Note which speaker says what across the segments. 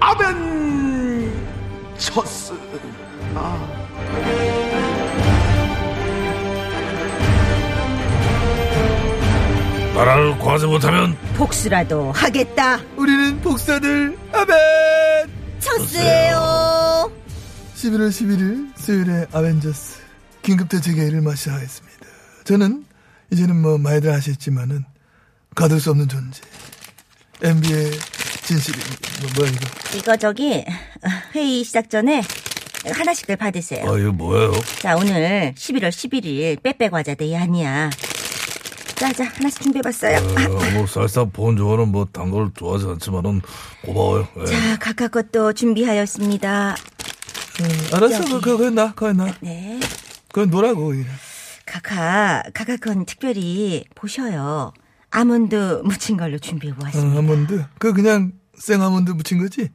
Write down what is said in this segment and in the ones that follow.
Speaker 1: 아벤처스.
Speaker 2: 나라를 구하지 못하면
Speaker 3: 복수라도 하겠다.
Speaker 4: 우리는 복사들 아멘
Speaker 3: 첫스예요.
Speaker 4: 11월 11일 수요일에 아벤져스 긴급대책회의를 마시하였습니다 저는 이제는 뭐 많이들 아셨지만은 가둘 수 없는 존재 NBA의 진실 뭐, 뭐야 이거
Speaker 3: 이거 저기 회의 시작 전에 하나씩들 받으세요.
Speaker 2: 아 이거 뭐예요?
Speaker 3: 자 오늘 11월 11일 빼빼 과자 데이 아니야. 자자 하나씩 준비해봤어요. 아,
Speaker 2: 어, 뭐 살짝 본 좋아는 뭐 단 걸 좋아하지 않지만은 고마워요. 예.
Speaker 3: 자 각각 것도 준비하였습니다.
Speaker 4: 어, 알았어
Speaker 3: 여기.
Speaker 4: 그거 그거 했나 그거 했나
Speaker 3: 네.
Speaker 4: 그거 노라고 예.
Speaker 3: 각하 각하 건 특별히 보셔요. 아몬드 묻힌 걸로 준비해
Speaker 4: 어,
Speaker 3: 보았습니다.
Speaker 4: 아몬드 그거 그냥 생 아몬드 묻힌 거지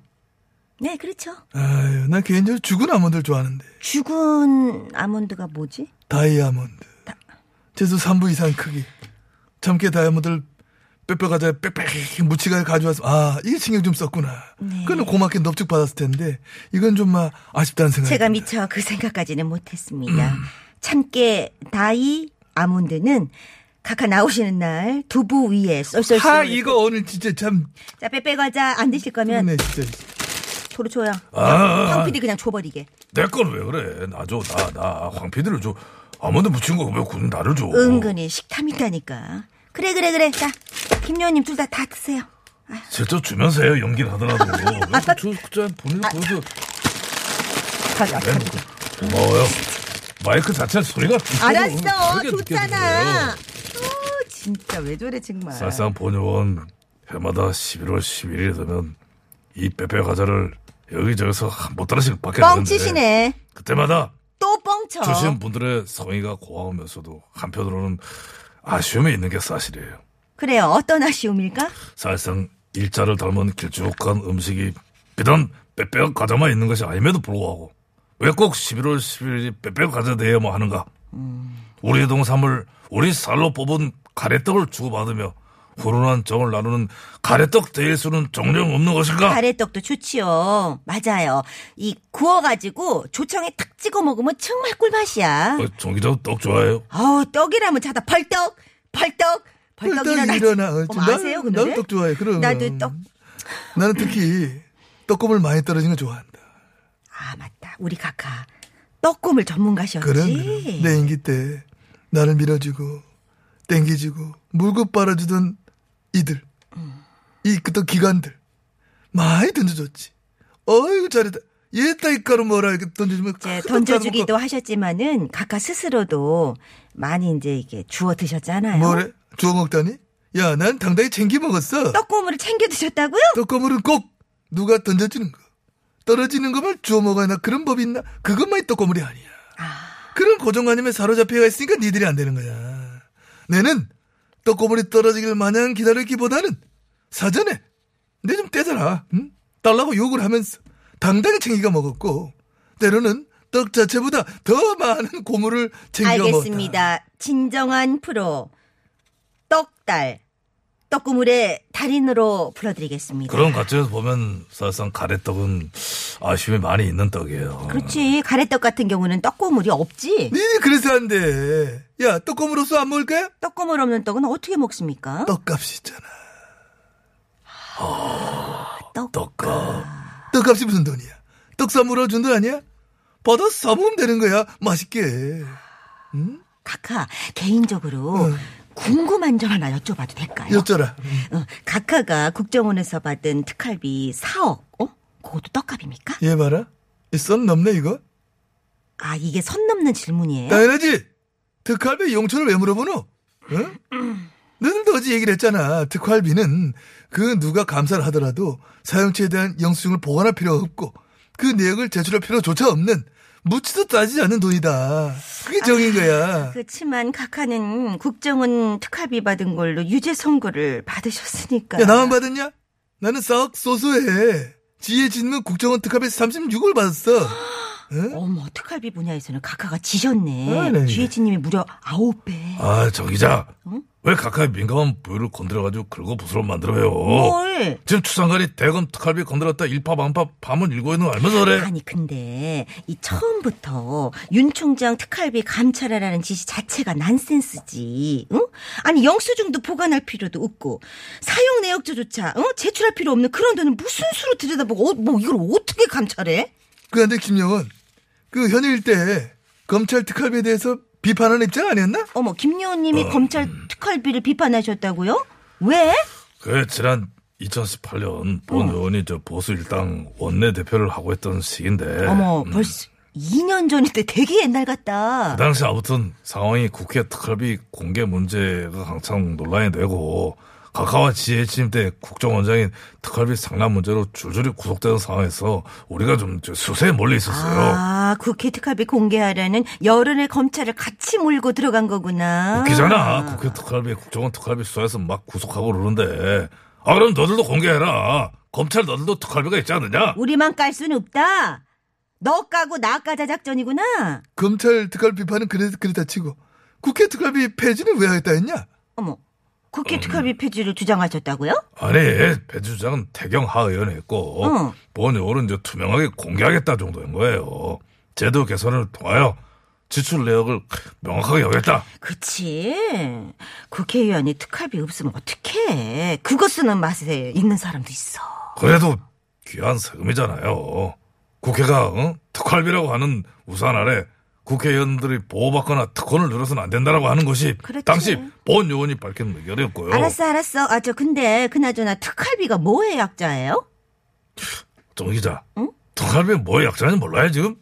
Speaker 3: 네 그렇죠.
Speaker 4: 아유 나 개인적으로 죽은 아몬드를 좋아하는데
Speaker 3: 죽은 아몬드가 뭐지?
Speaker 4: 다이아몬드. 최소 3부 이상 크기. 참깨 다이아몬드를 빼빼가자 빽빽 무치가 가져와서 아 이게 신경 좀 썼구나.
Speaker 3: 네.
Speaker 4: 그거는 고맙게 넙죽 받았을 텐데 이건 좀 막 아쉽다는 생각이.
Speaker 3: 제가
Speaker 4: 듭니다.
Speaker 3: 미처 그 생각까지는 못했습니다.
Speaker 2: 음.
Speaker 3: 참깨 다이 아몬드는 각하 나오시는 날 두부 위에 쏠쏠쏠.
Speaker 4: 하 이거 오늘 진짜 참
Speaker 3: 자 빼빼 과자 안 드실 거면
Speaker 4: 네 진짜.
Speaker 3: 도로 줘요.
Speaker 2: 음. 아.
Speaker 3: 황 PD 그냥 줘버리게.
Speaker 2: 내건 왜 그래? 나 줘, 나, 나, 황 PD를 줘. 아무도 묻힌 거왜 굳이 나를 줘?
Speaker 3: 은근히 식탐있다니까. 그래 그래 그래. 자 김요원님 둘 다 다 드세요.
Speaker 2: 직접 주면서 해요, 연기를 하더라도. 저, 진짜 본인
Speaker 3: 아.
Speaker 2: 보여서
Speaker 3: 가자.
Speaker 2: 예, 고마워요. 마이크 자체 소리가.
Speaker 3: 알았어
Speaker 2: 크게
Speaker 3: 좋잖아.
Speaker 2: 느껴져요.
Speaker 3: 어, 진짜 왜 저래 정말.
Speaker 2: 사실상 본의원 해마다 11월 11일이 되면 이 빼빼 과자를 여기저기서 한못 달러씩 받게 되는데
Speaker 3: 뻥치시네. 어.
Speaker 2: 그때마다
Speaker 3: 또 뻥쳐.
Speaker 2: 주신 분들의 성의가 고마우면서도 한편으로는 아쉬움이 있는 게 사실이에요.
Speaker 3: 그래요 어떤 아쉬움일까?
Speaker 2: 사실상 일자를 닮은 길쭉한 음식이 비단 빼빼 과자만 있는 것이 아님에도 불구하고 왜 꼭 11월 11일이 빼빼 과자 대회만 하는가?
Speaker 3: 음.
Speaker 2: 우리 동삼을 우리 살로 뽑은 가래떡을 주고받으며 훈훈한 정을 나누는 가래떡 대회 수는 정령 없는 것인가?
Speaker 3: 가래떡도 좋지요. 맞아요. 이 구워가지고 조청에 탁 찍어 먹으면 정말 꿀맛이야.
Speaker 2: 어, 정기자도 떡 좋아해요.
Speaker 3: 어우 떡이라면 자다 벌떡 벌떡 벌떡 일어나.
Speaker 4: 일어나.
Speaker 3: 어머, 아세요
Speaker 4: 나는-
Speaker 3: 근데?
Speaker 4: 나는 떡 좋아해. 그럼
Speaker 3: 나도 떡.
Speaker 4: 나는 특히 떡국물 많이 떨어진 거 좋아한다.
Speaker 3: 아 맞다. 우리 카카 떡국물 전문가셨지.
Speaker 4: 그럼 네. 그럼. 내 인기 때 나를 밀어주고 땡겨주고 물고 빨아주던 이들
Speaker 3: 음.
Speaker 4: 이 그때 기관들 많이 던져줬지 어이구 잘했다 얘 따위가로 뭐라 이렇게 던져주면
Speaker 3: 이제
Speaker 4: 큰일
Speaker 3: 던져주기도
Speaker 4: 나는
Speaker 3: 하셨지만은 카카 스스로도 많이 이제 이게 주워
Speaker 4: 거.
Speaker 3: 드셨잖아요.
Speaker 4: 뭐래 주워 먹다니 야 난 당당히 챙겨 먹었어
Speaker 3: 떡국물을 챙겨 드셨다고요?
Speaker 4: 떡거물은 꼭 누가 던져주는 거 떨어지는 것만 주워 먹어야 하나 그런 법이 있나 그것만이 떡거물이 아니야 그런 고정관념에 사로잡혀가 있으니까 니들이 안 되는 거야 내는 떡거물이 떨어지길 마냥 기다리기보다는 사전에 내 좀 떼더라 응? 달라고 욕을 하면서 당당히 챙기가 먹었고 때로는 떡 자체보다 더 많은 고물을 챙겨 먹었다
Speaker 3: 알겠습니다. 진정한 프로 떡달 떡국물의 달인으로 불러드리겠습니다.
Speaker 2: 그런 가치에서 보면 사실상 가래떡은 아쉬움이 많이 있는 떡이에요.
Speaker 3: 그렇지 가래떡 같은 경우는 떡고물이 없지.
Speaker 4: 니네 그래서 안돼야 떡거물로서 안 먹을 거야?
Speaker 3: 떡고물 없는 떡은 어떻게 먹습니까?
Speaker 4: 떡값이 있잖아
Speaker 2: 떡가.
Speaker 4: 떡값이 무슨 돈이야? 떡 사물어 준 돈 아니야? 받아 사먹으면 되는 거야. 맛있게.
Speaker 3: 카카 개인적으로
Speaker 4: 응.
Speaker 3: 궁금한 점 하나 여쭤봐도 될까요?
Speaker 4: 여쭤라.
Speaker 3: 어, 카카가 국정원에서 받은 특할비 4억, 어? 그것도 떡값입니까?
Speaker 4: 얘 예, 봐라. 이 선 넘네 이거.
Speaker 3: 아 이게 선 넘는 질문이에요.
Speaker 4: 당연하지. 특활비 용처를 왜 물어보노? 응? 너희들도 어제 얘기를 했잖아. 특활비는 그 누가 감사를 하더라도 사용처에 대한 영수증을 보관할 필요가 없고 그 내역을 제출할 필요조차 없는 묻지도 따지지 않는 돈이다. 그게 정인 거야.
Speaker 3: 그렇지만 각하는 국정원 특활비 받은 걸로 유죄 선고를 받으셨으니까.
Speaker 4: 야, 나만 받았냐? 나는 썩 소소해. 지혜 진문 국정원 특합에서 36을 받았어.
Speaker 3: 어머, 뭐 특활비 분야에서는 각하가 지셨네.
Speaker 4: 아, 네.
Speaker 3: 주혜진님이 무려 아홉 배.
Speaker 2: 아, 저 기자. 왜 각하의 민감한 부위를 건드려가지고 긁어 부스럼 만들어요?
Speaker 3: 뭘?
Speaker 2: 지금 추상관이 대검 특활비 건드렸다 일파만파 밤은 일고 있는 거 알면서 그래?
Speaker 3: 아니 근데 이 처음부터 윤 총장 특활비 감찰하라는 지시 자체가 난센스지. 응? 아니 영수증도 보관할 필요도 없고 사용 내역자조차 응? 제출할 필요 없는 그런 돈을 무슨 수로 들여다보고 어, 뭐 이걸 어떻게 감찰해?
Speaker 4: 그런데 김영은 그 현일 때 검찰 특합에 대해서 비판하는 입장 아니었나?
Speaker 3: 어머 김여원님이 검찰
Speaker 2: 음.
Speaker 3: 특활비를 비판하셨다고요? 왜?
Speaker 2: 그 지난 2018년 본 의원이 저 보수 일당 원내 대표를 하고 했던 시기인데.
Speaker 3: 어머
Speaker 2: 음,
Speaker 3: 벌써 2년 전인데 되게 옛날
Speaker 2: 그
Speaker 3: 같다.
Speaker 2: 당시 아무튼 상황이 국회 특활비 공개 문제가 한창 논란이 되고 각하와 지혜 취임 때 국정원장인 특활비 상납 문제로 줄줄이 구속되는 상황에서 우리가 좀저 수세에 몰려 있었어요.
Speaker 3: 아, 국회 특활비 공개하라는 여론의 검찰을 같이 몰고 들어간 거구나.
Speaker 2: 웃기잖아. 국회 특활비, 국정원 특활비 수사해서 막 구속하고 그러는데. 아, 그럼 너들도 공개해라. 검찰 너들도 특활비가 있지 않느냐?
Speaker 3: 우리만 깔 수는 없다. 너 까고 나 까자 작전이구나.
Speaker 4: 검찰 특활 비판은 그래서 그랬다 치고 국회 특활비 폐지는 왜 하겠다 했냐?
Speaker 3: 어머,
Speaker 2: 음.
Speaker 3: 국회 특활비 폐지를 주장하셨다고요?
Speaker 2: 아니, 배 주장은 태경 하 의원이 했고,
Speaker 3: 응.
Speaker 2: 본 의원은 이제 투명하게 공개하겠다 정도인 거예요. 제도 개선을 통하여 지출 내역을 명확하게 여겼다.
Speaker 3: 그치. 국회의원이 특활비 없으면 어떡해. 그거 쓰는 맛에 있는 사람도 있어.
Speaker 2: 그래도 귀한 세금이잖아요. 국회가 응? 특활비라고 하는 우산 아래 국회의원들이 보호받거나 특권을 누려서는 안 된다라고 하는 것이
Speaker 3: 그렇지.
Speaker 2: 당시 본 의원이 밝힌 의견이었고요.
Speaker 3: 알았어, 알았어. 아, 저 근데 그나저나 특활비가 뭐의 약자예요?
Speaker 2: 정 기자, 특활비 뭐의 약자인지 몰라요 지금?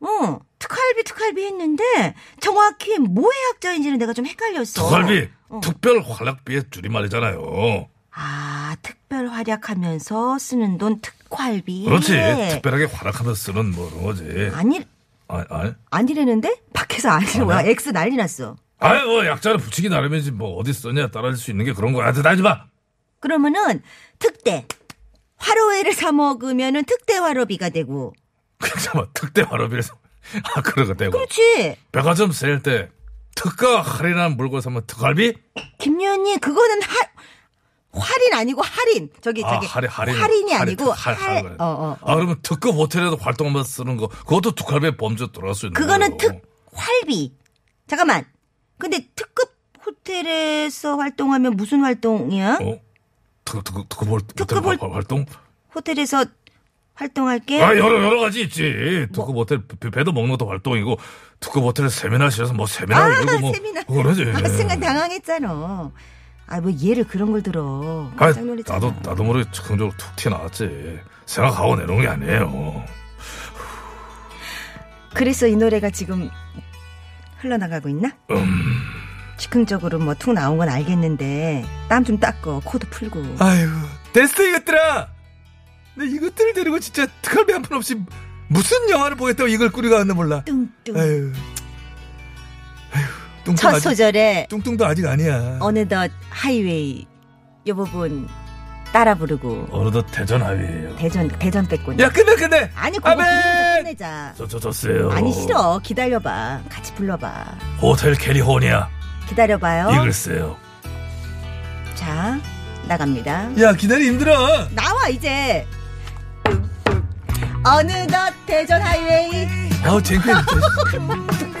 Speaker 3: 어, 특활비, 특활비 했는데 정확히 뭐의 약자인지는 내가 좀 헷갈렸어.
Speaker 2: 특활비 특별 활약비의 줄임말이잖아요.
Speaker 3: 아, 특별 활약하면서 쓰는 돈 특활비. 네.
Speaker 2: 그렇지. 특별하게 활약하면서 쓰는 뭐 그런 거지.
Speaker 3: 예. 아니,
Speaker 2: 아니, 아니.
Speaker 3: 아니라는데? 밖에서 아니라고 와 X 난리 났어.
Speaker 2: 아니 뭐 약자를 붙이기 나름이지 뭐 어디 쓰냐 따라할 수 있는 게 그런 거야. 대단하지 마.
Speaker 3: 그러면은 특대 화로회를 사 먹으면은 특대 화로비가 되고
Speaker 2: 잠깐만 뭐 특대 활업이라서 아 그런 거 되고.
Speaker 3: 그렇지
Speaker 2: 백화점 세일 때 특가 할인한 물건 사면 특활비?
Speaker 3: 김유현님 그거는 하 할인 아니고 할인 저기
Speaker 2: 아
Speaker 3: 저기
Speaker 2: 할인 할인
Speaker 3: 이 아니고
Speaker 2: 특- 할- 할-
Speaker 3: 할- 어, 어.
Speaker 2: 아 그러면 특급 호텔에서 활동하면 쓰는 거 그것도 특활비 범죄 들어갈 수 있는
Speaker 3: 그거는
Speaker 2: 거예요.
Speaker 3: 특활비 잠깐만 근데 특급 호텔에서 활동하면 무슨 활동이야
Speaker 2: 어? 특급 특급 특급 호-
Speaker 3: 특급
Speaker 2: 호텔
Speaker 3: 홀-
Speaker 2: 활동?
Speaker 3: 호텔에서 활동할게
Speaker 2: 아 여러 여러 가지 있지. 특급
Speaker 3: 뭐?
Speaker 2: 호텔 뷔페도 먹는 것도 활동이고 특급 호텔 세미나 실에서 뭐 세미나를 열고 뭐
Speaker 3: 아, 세미나
Speaker 2: 그러지.
Speaker 3: 아, 순간 당황했잖아 아 뭐 얘를 그런 걸 들어
Speaker 2: 아
Speaker 3: 깜짝 놀랐잖아
Speaker 2: 나도 나도 모르게 즉흥적으로 툭 튀어나왔지. 생각하고 내놓은 게 아니에요.
Speaker 3: 그래서 이 노래가 지금 흘러나가고 있나?
Speaker 2: 음.
Speaker 3: 즉흥적으로 뭐 툭 나온 건 알겠는데 땀 좀 닦고 코도 풀고
Speaker 4: 아이고 됐어 이것들아. 내 이것들을 데리고 진짜 특활비 한 푼 없이 무슨 영화를 보겠다고 이걸 꾸려가는나 몰라.
Speaker 3: 뚱뚱
Speaker 4: 아유, 아유, 뚱뚱
Speaker 3: 첫
Speaker 4: 아직
Speaker 3: 소절에
Speaker 4: 뚱뚱도 아직 아니야.
Speaker 3: 어느덧 하이웨이 요 부분 따라 부르고
Speaker 2: 어느덧 대전 하위에요.
Speaker 3: 대전 대전 뺐군
Speaker 4: 야 끝내 끝내.
Speaker 3: 아니 그거
Speaker 4: 아멘!
Speaker 3: 끝내자
Speaker 2: 저저 저세요.
Speaker 3: 아니 싫어 기다려봐 같이 불러봐
Speaker 2: 호텔 캐리호니아
Speaker 3: 기다려봐요
Speaker 2: 이글스예요.
Speaker 3: 자 나갑니다
Speaker 4: 야 기다리 힘들어.
Speaker 3: 나와 이제 어느덧 대전 하이웨이
Speaker 4: 아우 쟁피해. 진짜.